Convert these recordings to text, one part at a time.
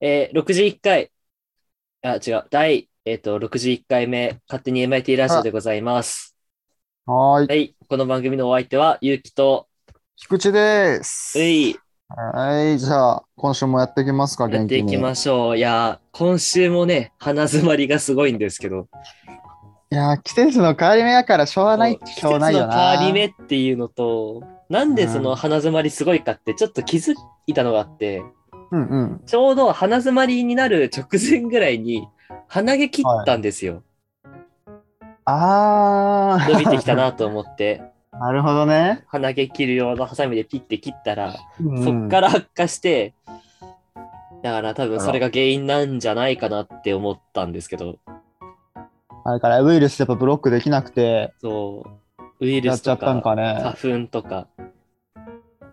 えー、61回、あ、違う、第、えっ、と、61回目、勝手に MIT ラジオでございます。はーい。はい、この番組のお相手は、ゆうきと、菊池です。うい、はい。じゃあ、今週もやっていきますか、や元って気いに。きましょう。いやー、今週もね、鼻詰まりがすごいんですけど、いやー、季節の変わり目やからしょうがないっちゃ季しょう節がのないよ変な。わり目っていうのと、なんでその鼻詰まりすごいかって、ちょっと気づいたのがあって、うんうん。ちょうど鼻詰まりになる直前ぐらいに、鼻毛切ったんですよ。あー。伸びてきた。なと思って、 なるほどね。鼻毛切る用のハサミでピッて切ったら、うんそっから悪化して、だから多分それが原因なんじゃないかなって思ったんですけど、あれからウイルスやっぱブロックできなくて、そう、ウイルやスっちゃとったんかかね。花粉とか、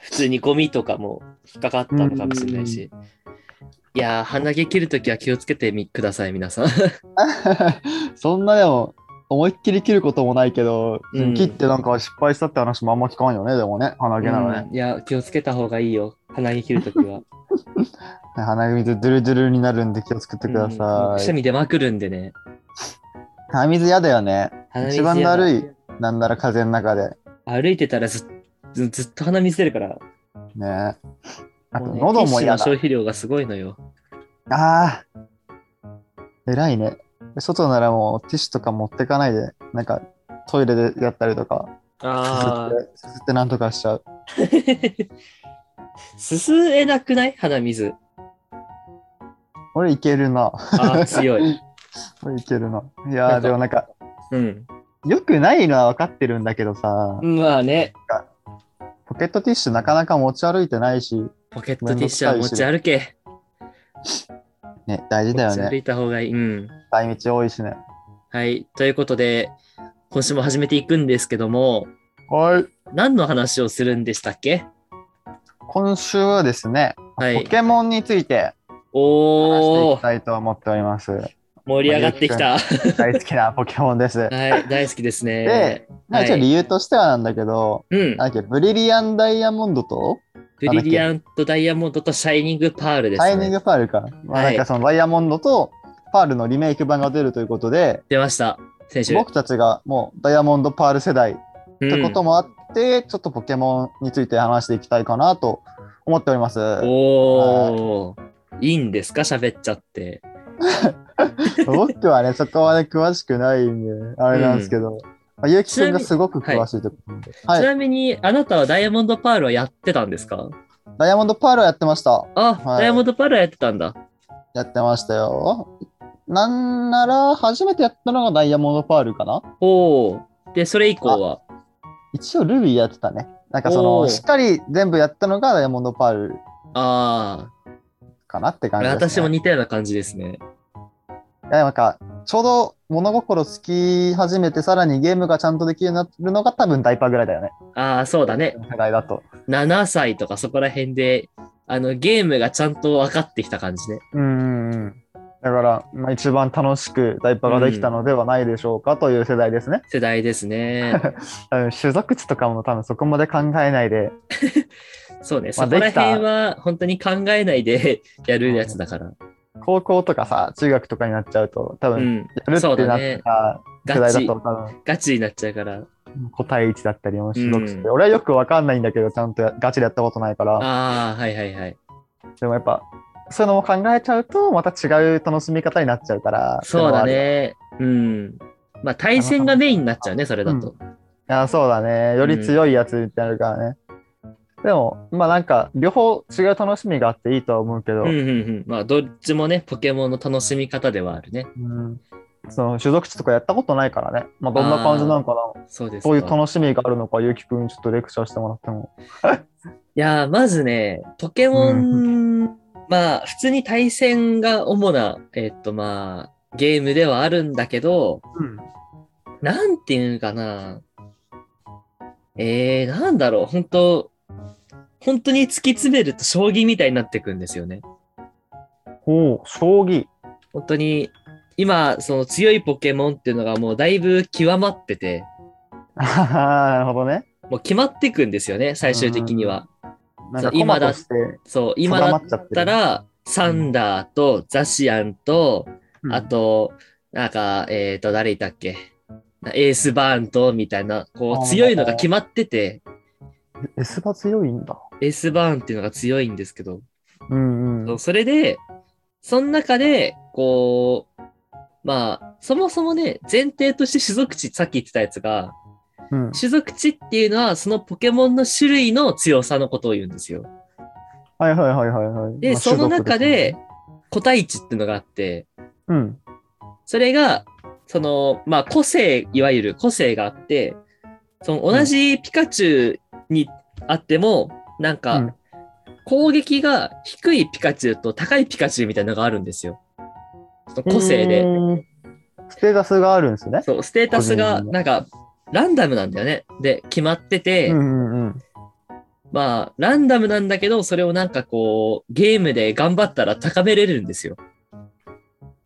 普通にゴミとかも引っかかったのかもしれないし、いやー、鼻毛切るときは気をつけてみください、皆さん。 そんなでも、思いっきり切ることもないけど、うん切ってなんか失敗したって話もあんま聞かんよね、でもね。鼻毛なのね。 うんいや、気をつけた方がいいよ、鼻毛切るとき は。鼻毛水ドゥルドゥルになるんで気をつけてくだうんくさしゃい。み出まくるんでね。鼻水嫌だよね。鼻水一や番だるい。なんなら風の中で。歩いてたらずずずっと鼻水出るから、ねあとうね喉ティもッシュ嫌のだ。消費量がすごいのよ。ああ。偉いね。外ならもうティッシュとか持ってかないで、なんかトイレでやったりとか、すすあって、すすってなんとかしちゃう。 すすえなくない鼻水。俺いけるな。 ああ、強い。俺いけるな。ないんやかー、でもなんか、うん。良くないのは分かってるんだけどさ、まあね、ポケットティッシュなかなか持ち歩いてないし、ポケットティッシュは持ち歩け。ね、大事持だよち歩ね。いた方がいい。うん。使い道多いしね。はい。ということで、今週も始めていくんですけども、はい。何の話をするんでしたっけ今週はですね、はいポ。ケモンについて話しておいきー、たいと思っております。 盛り上がってきた。は大好きなポケモンです。い、大好きですね で。まはあ、い一応理由としてはなんだけど、うん。なんだっけブリリアンダイヤモンドとブリリアントダイヤモンドとシャイニングパールですタね。イニングパールか、まあ、はないんかそのダイヤモンドとパールのリメイク版が出るということで、出ました、先週。僕たちがもうダイヤモンドパール世代っうんてこともあって、ちょっとポケモンについて話していきたいかなと思っております。おー、い、いんですか喋っちゃって。僕はね、そこまで詳しくないんで、あれなんですけど、まあ、ゆうきくんがすごく詳しいところなんで、はいちなみに、あなたはダイヤモンドパールはやってたんですかダイヤモンドパールはやってました。あ、はいダイヤモンドパールはやってたんだ。やってましたよ。なんなら、初めてやったのがダイヤモンドパールかなおー。で、それ以降は。一応ルビーやってたね。なんかそおーの、しっかり全部やったのがダイヤモンドパールあかなってあ、感じです、私ね。も似たような感じですね。いやなんか、ちょうど物心つき始めて、さらにゲームがちゃんとできるようになるのが多分ダイパーぐらいだよね。ああ、そうだね。世代だと。 7歳とかそこら辺で、あの、ゲームがちゃんと分かってきた感じね。うんうんうん。だから、まあ、一番楽しくダイパーができたのではないでしょうかという世代ですね。世代です ね。多分種族地とかも多分そこまで考えないで、そうね、まそあこらできた辺は本当に考えないで やるやつだから。高校とかさ、中学とかになっちゃうと、多う分ん。やるってそうだなっね。た世ガ代だチと、、多分ガチになっちゃうから。答え一だったりもしろくて、うん俺はよくわかんないんだけどちゃんとやガチでやったことないからああ、はいはいはい。でもやっぱそういうのも考えちゃうとまた違う楽しみ方になっちゃうからそうだね。うん。まあ対戦がメインになっちゃうね、それだと。いやそうだねより強いやつになるからね、でもまあなんか両方違う楽しみがあっていいとは思うけうど、んうんうん。まあどっちもね、ポケモンの楽しみ方ではあるね。うんその所属地とかやったことないからね、まあ、どんな感じなのかなそうですかそういう楽しみがあるのかゆうきくんにちょっとレクチャーしてもらってもいやー、まずね、ポケモン、まあ普通に対戦が主な、えっとまあ、ゲームではあるんだけど、うんなんていうのかな。えー、なんだろう、本当本当に突き詰めると将棋みたいになってくんですよね。ほう将棋本当に、今、その強いポケモンっていうのがもうだいぶ極まってて、あはは なるほどねもう決まってくんですよね、最終的には。なんかコマとしてそう、今定だまっっちゃってるたら、サンダーとザシアンと、うんあと、なんか、えっ、と、誰いたっけエースバーンと、みたいな、こあう、ー強いのが決まってて、エスバ強いんだ。エースバーンっていうのが強いんですけど、うんうん。それで、その中で、こう、まあ、そもそもね、前提として種族値、さっき言ってたやつが、うん、種族値っていうのは、そのポケモンの種類の強さのことを言うんですよ。はいはいはいはいはい。で、まあその中、種で族すね、個体値っていうのがあって、うん。それが、その、まあ、個性、いわゆる個性があって、その同じピカチュウにあっても、なんうかん、攻撃が低いピカチュウと高いピカチュウみたいなのがあるんですよ。その個性うで。ーん。ステータスがあるんですね。そう、ステータス個が、人のなんか、ランダムなんだよね。で、決まってて、うんうんうん。まあ、ランダムなんだけど、それをなんかこう、ゲームで頑張ったら高めれるんですよ。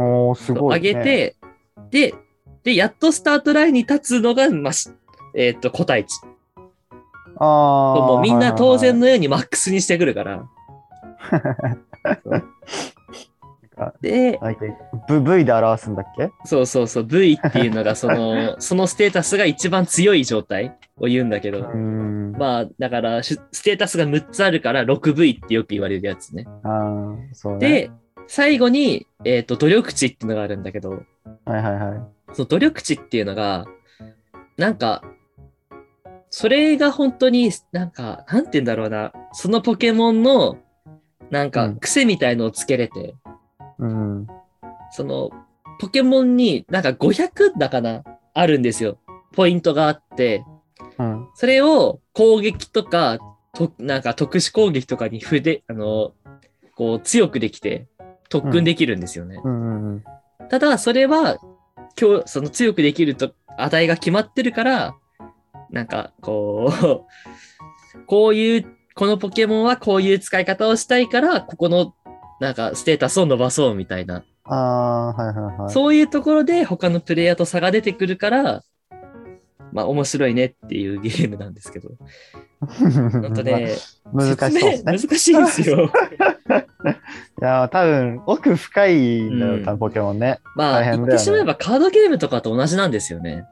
おー、すご上い、ね。げ、て、で、で、やっとスタートラインに立つのが、まあ、しえっと、個体値。あーもうみんな当然はいのようにマックスにしてくるから。かで、はいはいなんか V, v で表すんだっけそうそうそう、V っていうのが、そ の、そのステータスが一番強い状態を言うんだけうどー、ん。まあ、だから、しステータスが6つあるから 6V ってよく言われるやつね。あーそうね。で、最後に、えっと、努力値っていうのがあるんだけど、はいはいはい。その努力値っていうのが、なんか、それが本当になんか、なんて言うんだろうな、そのポケモンの、なんうかん癖みたいのをつけれて、うん。その、ポケモンになんか500だかな、あるんですよ。ポイントがあって、うん。それを攻撃とか、となんか特殊攻撃とかに筆、あの、こう強くできて、特訓できるんですよね。うんうんうん。ただ、それは、今日、その強くできると、値が決まってるから、なんか、こう、 こういう、このポケモンはこういう使い方をしたいから、ここの、なんか、ステータスを伸ばそうみたいな。あー、はいはいはい。そういうところで、他のプレイヤーと差が出てくるから、まあ、面白いねっていうゲームなんですけど。本当ね、まあ 難しそうです説明難ね。しいんです よ。いやー、多分奥深いんだよ、多う分ポケモンね。まあ、大変だよ言ねってしまえばカードゲームとかと同じなんですよね。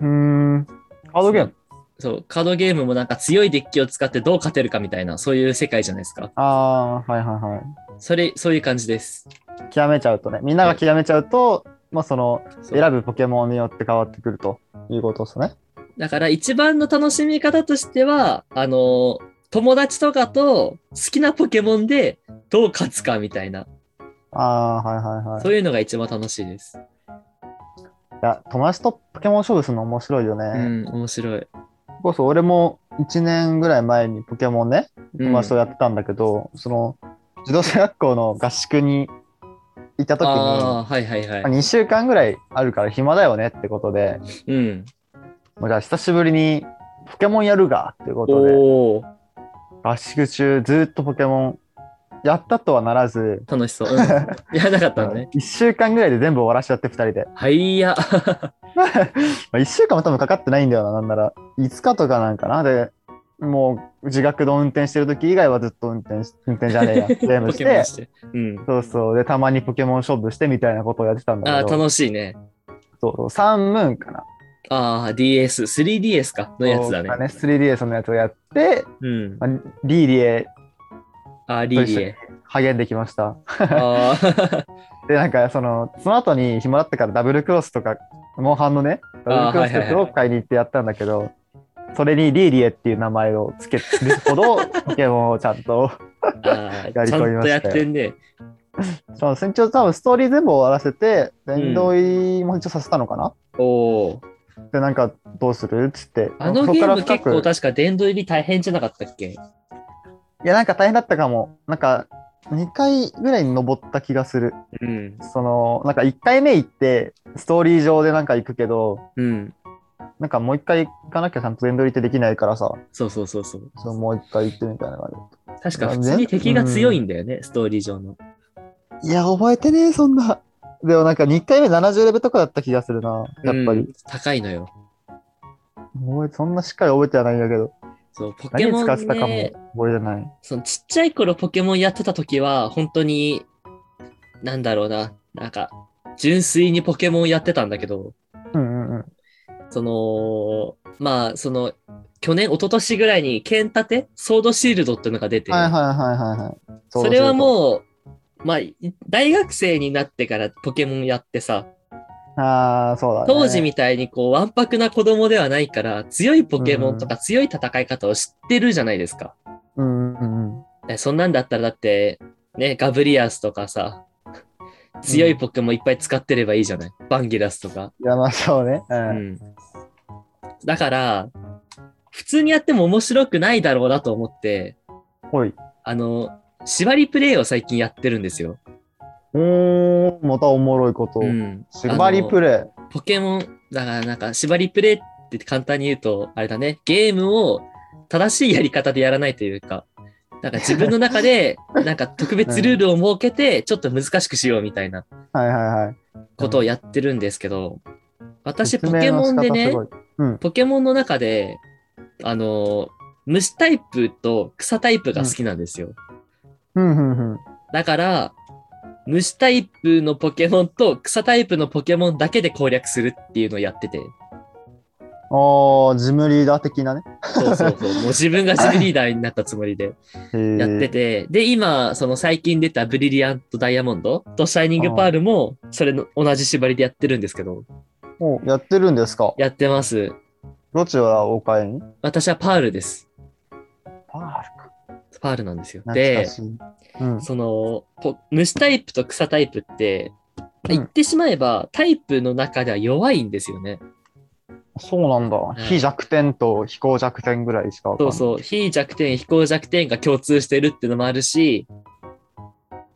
うーん。カードゲーム。そう、カードゲームもなんか強いデッキを使ってどう勝てるかみたいな、そういう世界じゃないですか。あー、はいはいはい。それ、そういう感じです。極めちゃうとねみんなが極めちゃうと、まあそのそう選ぶポケモンによって変わってくるということですね。だから一番の楽しみ方としては、あの、友達とかと好きなポケモンでどう勝つかみたいな、ああーはいはいはい。そういうのが一番楽しいです。いや友達とポケモン勝負するの面白いよね。うん、面白い。それこそ俺も1年ぐらい前にポケモンねうん友達とやってたんだけど、その自動車学校の合宿に行った時にああ、はいはいはい。 2週間ぐらいあるから暇だよねってことでうん。もうじゃあ久しぶりにポケモンやるがってことでおおー、合宿中ずっとポケモンやったとはならず楽しそう。うん、やらなかったの ね。 1週間ぐらいで全部終わらしちゃって2人ではいや。まあ1週間も多分かかってないんだよななんなら5日とかなんかなでもう自学の運転してる時以外はずっと運転し運転じゃね えやゲームポしケモてンして。うん。そうそうでたまにポケモン勝負してみたいなことをやってたんああ、だけど楽しいね。そうそうサンムーンかなああ、DS、3DS か、のやつだねそう。3DS のやつをやって、うん。まあ、リーリエあー、リリエ。励んできましたあーでなんかそのその後に暇だったからダブルクロスとかモンハンのねダあーブルクロスとかを買いに行ってやったんだけど、それにリーリエっていう名前をつけるほどポケモンをちゃんと あやー、りちゃ込みんまとしたやよってんね。その船長多分ストーリー全部終わらせて殿堂入りも一応させたのかな、おお。でなんかどうするっつってあのそこゲかーらム深結く構確か殿堂入り大変じゃなかったっけいやなんか大変だったかもなんか2回ぐらいに登った気がするうん。そのなんか1回目行ってストーリー上でなんか行くけどうん。なんかもう1回行かなきゃちゃんと殿堂入りってできないからさそうそうそうそう。そうもう一回行ってみたいな感確か普通に敵が強いんだよね、ストーリー上の。じ。いや、覚えてねえ、そんな。でもなんか2回目70レベルとかだった気がするな、やっぱうんり。高いのよ。覚えそんなしっかり覚えてはないんだけど、そう、ポケ何にモ使ってンたかもね、覚えてない。そのちっちゃい頃ポケモンやってた時は、本当になんだろうな、なんか、純粋にポケモンやってたんだけど、うんうんうん。その、まあ、その、去年、一昨年ぐらいに剣立て、ソードシールドっていうのが出て、はいはいはいはいはい。それはもう、まあ、い大学生になってからポケモンやってさ、う。ああ、そうだね。当時みたいにこう、わんぱくな子供ではないから、強いポケモンとか強い戦い方を知ってるじゃないですか。うんうんうん。えそんなんだったらだって、ね、ガブリアスとかさ、強いポケモンいっぱい使ってればいいじゃない。バンギラスとか。いや、まあそうね。う。うんん。だから、普通にやっても面白くないだろうなと思って、ほい。あの、縛りプレイを最近やってるんですよ。おー、またおもろいこと。ん。縛りプイ。レポケモン、だからなんか縛りプレイって簡単に言うと、あれだね、ゲームを正しいやり方でやらないというか、なんか自分の中で、 なんか特別ルールを設けて、ちょっと難しくしようみたいなイ。はいはいはい。ことをやってるんですけど、私、説ポ明ケのモ仕ン方でねすご、いうん。ポケモンの中で、あの、虫タイプと草タイプが好きなんですよ。うんうんうん。だから、虫タイプのポケモンと草タイプのポケモンだけで攻略するっていうのをやってて。ああ、ジムリーダー的なね。そうそう そう。もう自分がジムリーダーになったつもりでややって。て。で、今、その最近出たブリリアントダイヤモンドとシャイニングパールも、それの同じ縛りでやってるんですけど、おやってるんですかやってます。どちらはお買いに私はパールです。パールか。パールなんですよ。懐かで、しい。うん。その、ポ虫タイプと草タイプって、うん言ってしまえば、タイプの中では弱いんですよね。そうなんだ。非弱点と非行弱点ぐらいしかわかんそなうい。そう。非弱点、非行弱点が共通してるってのもあるし、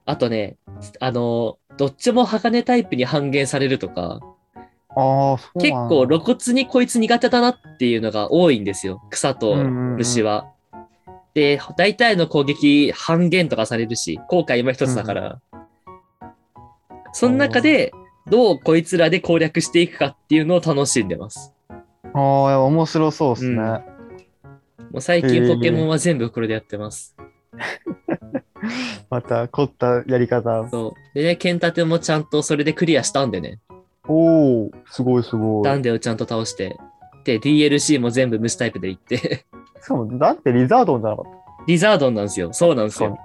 あとね、あの、どっちも鋼タイプに半減されるとか、ああ、そう結なんだ構露骨にこいつ苦手だなっていうのが多いんですよ。草と虫は。で、大体の攻撃半減とかされるし、後悔今一つだから。その中で、どうこいつらで攻略していくかっていうのを楽しんでます。ああ、面白そうですね。うんもう最近ポケモンは全部これでやってます。また凝ったやり方。そう。でね、剣立てもちゃんとそれでクリアしたんでね。おお、すごいすごダい。ンデをちゃんと倒して。で、DLC も全部虫タイプでいって。 しかも、だってリザードンじゃなかっリザードンなんですよ。そうなんですそうよ。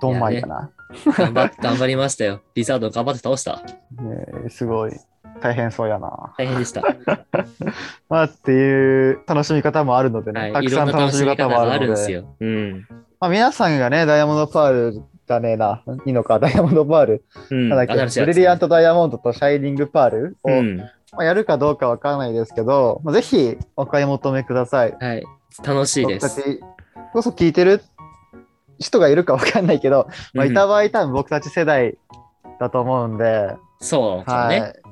た。ドンマイだな。頑張っ頑張りましたよ。リザードン頑張って倒した。ねえすごい。大変そうやな。大変 でした。まあ、っていう楽しみ方もあるのでね、はい、たいくろさんなん楽楽ししみみ方方もがああるるんのでで、すよ。うん。まあ、皆さんがね、ダイヤモンドパールがねえな、いいのか、ダイヤモンドパール、うん、なんだっ新しいけ、やつブリリアントダイヤモンドとシャイニングパールを、うん。まあ、やるかどうかわからないですけど、まあ、ぜひお買い求めください。はい。楽しいで僕す。たちこそ聞いてる人がいるかわかんないけど、まあ、ういんた場合多分僕たち世代だと思うんで、そうそうはね、い。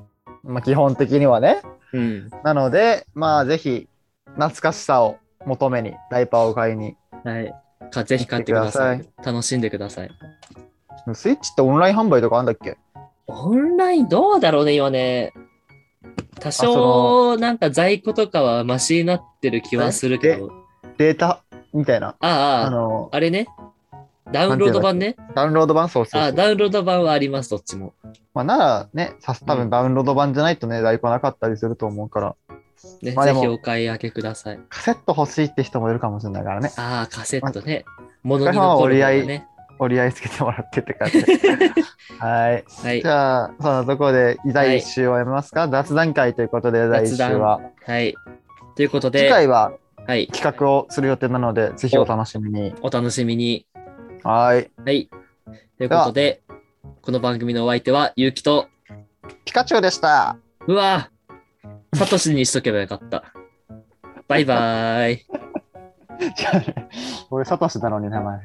まあ、基本的にはね。うん。なので、まあ、ぜひ、懐かしさを求めに、ダイパーを買いに。はい。かぜひ買ってください見て楽しんでください。スイッチってオンライン販売とかあんだっけオンラインどうだろうね、今ね。多少、なんか在庫とかはマシになってる気はするけど。データみたいな。ああ、あああの、れね。ダウンロード版ね。ダウンロード版そうそうそうああ、ダウンロード版はあります、どっちも。まあ、ならね、さす多うん分ダウンロード版じゃないとね、ダイパーなかったりすると思うから、ね、まあぜでもひお買い上げください。カセット欲しいって人もいるかもしれないからね、ああ、カセットね。物れに様は残る折りの合いがね。折り合いつけてもらってって感 じで。はい。はいじ。ゃあ、そんなところで、第1週をやめますか、雑談会ということで、第1週は。はい。ということ次で、回ははい。企画をする予定なので、ぜひお楽しみに。お楽しみに。はい。はい。ということで、この番組のお相手は、ゆうきと、ピカチュウでした。うわぁ、サトシにしとけばよかった。バイバーイ。俺、サトシなのに名前。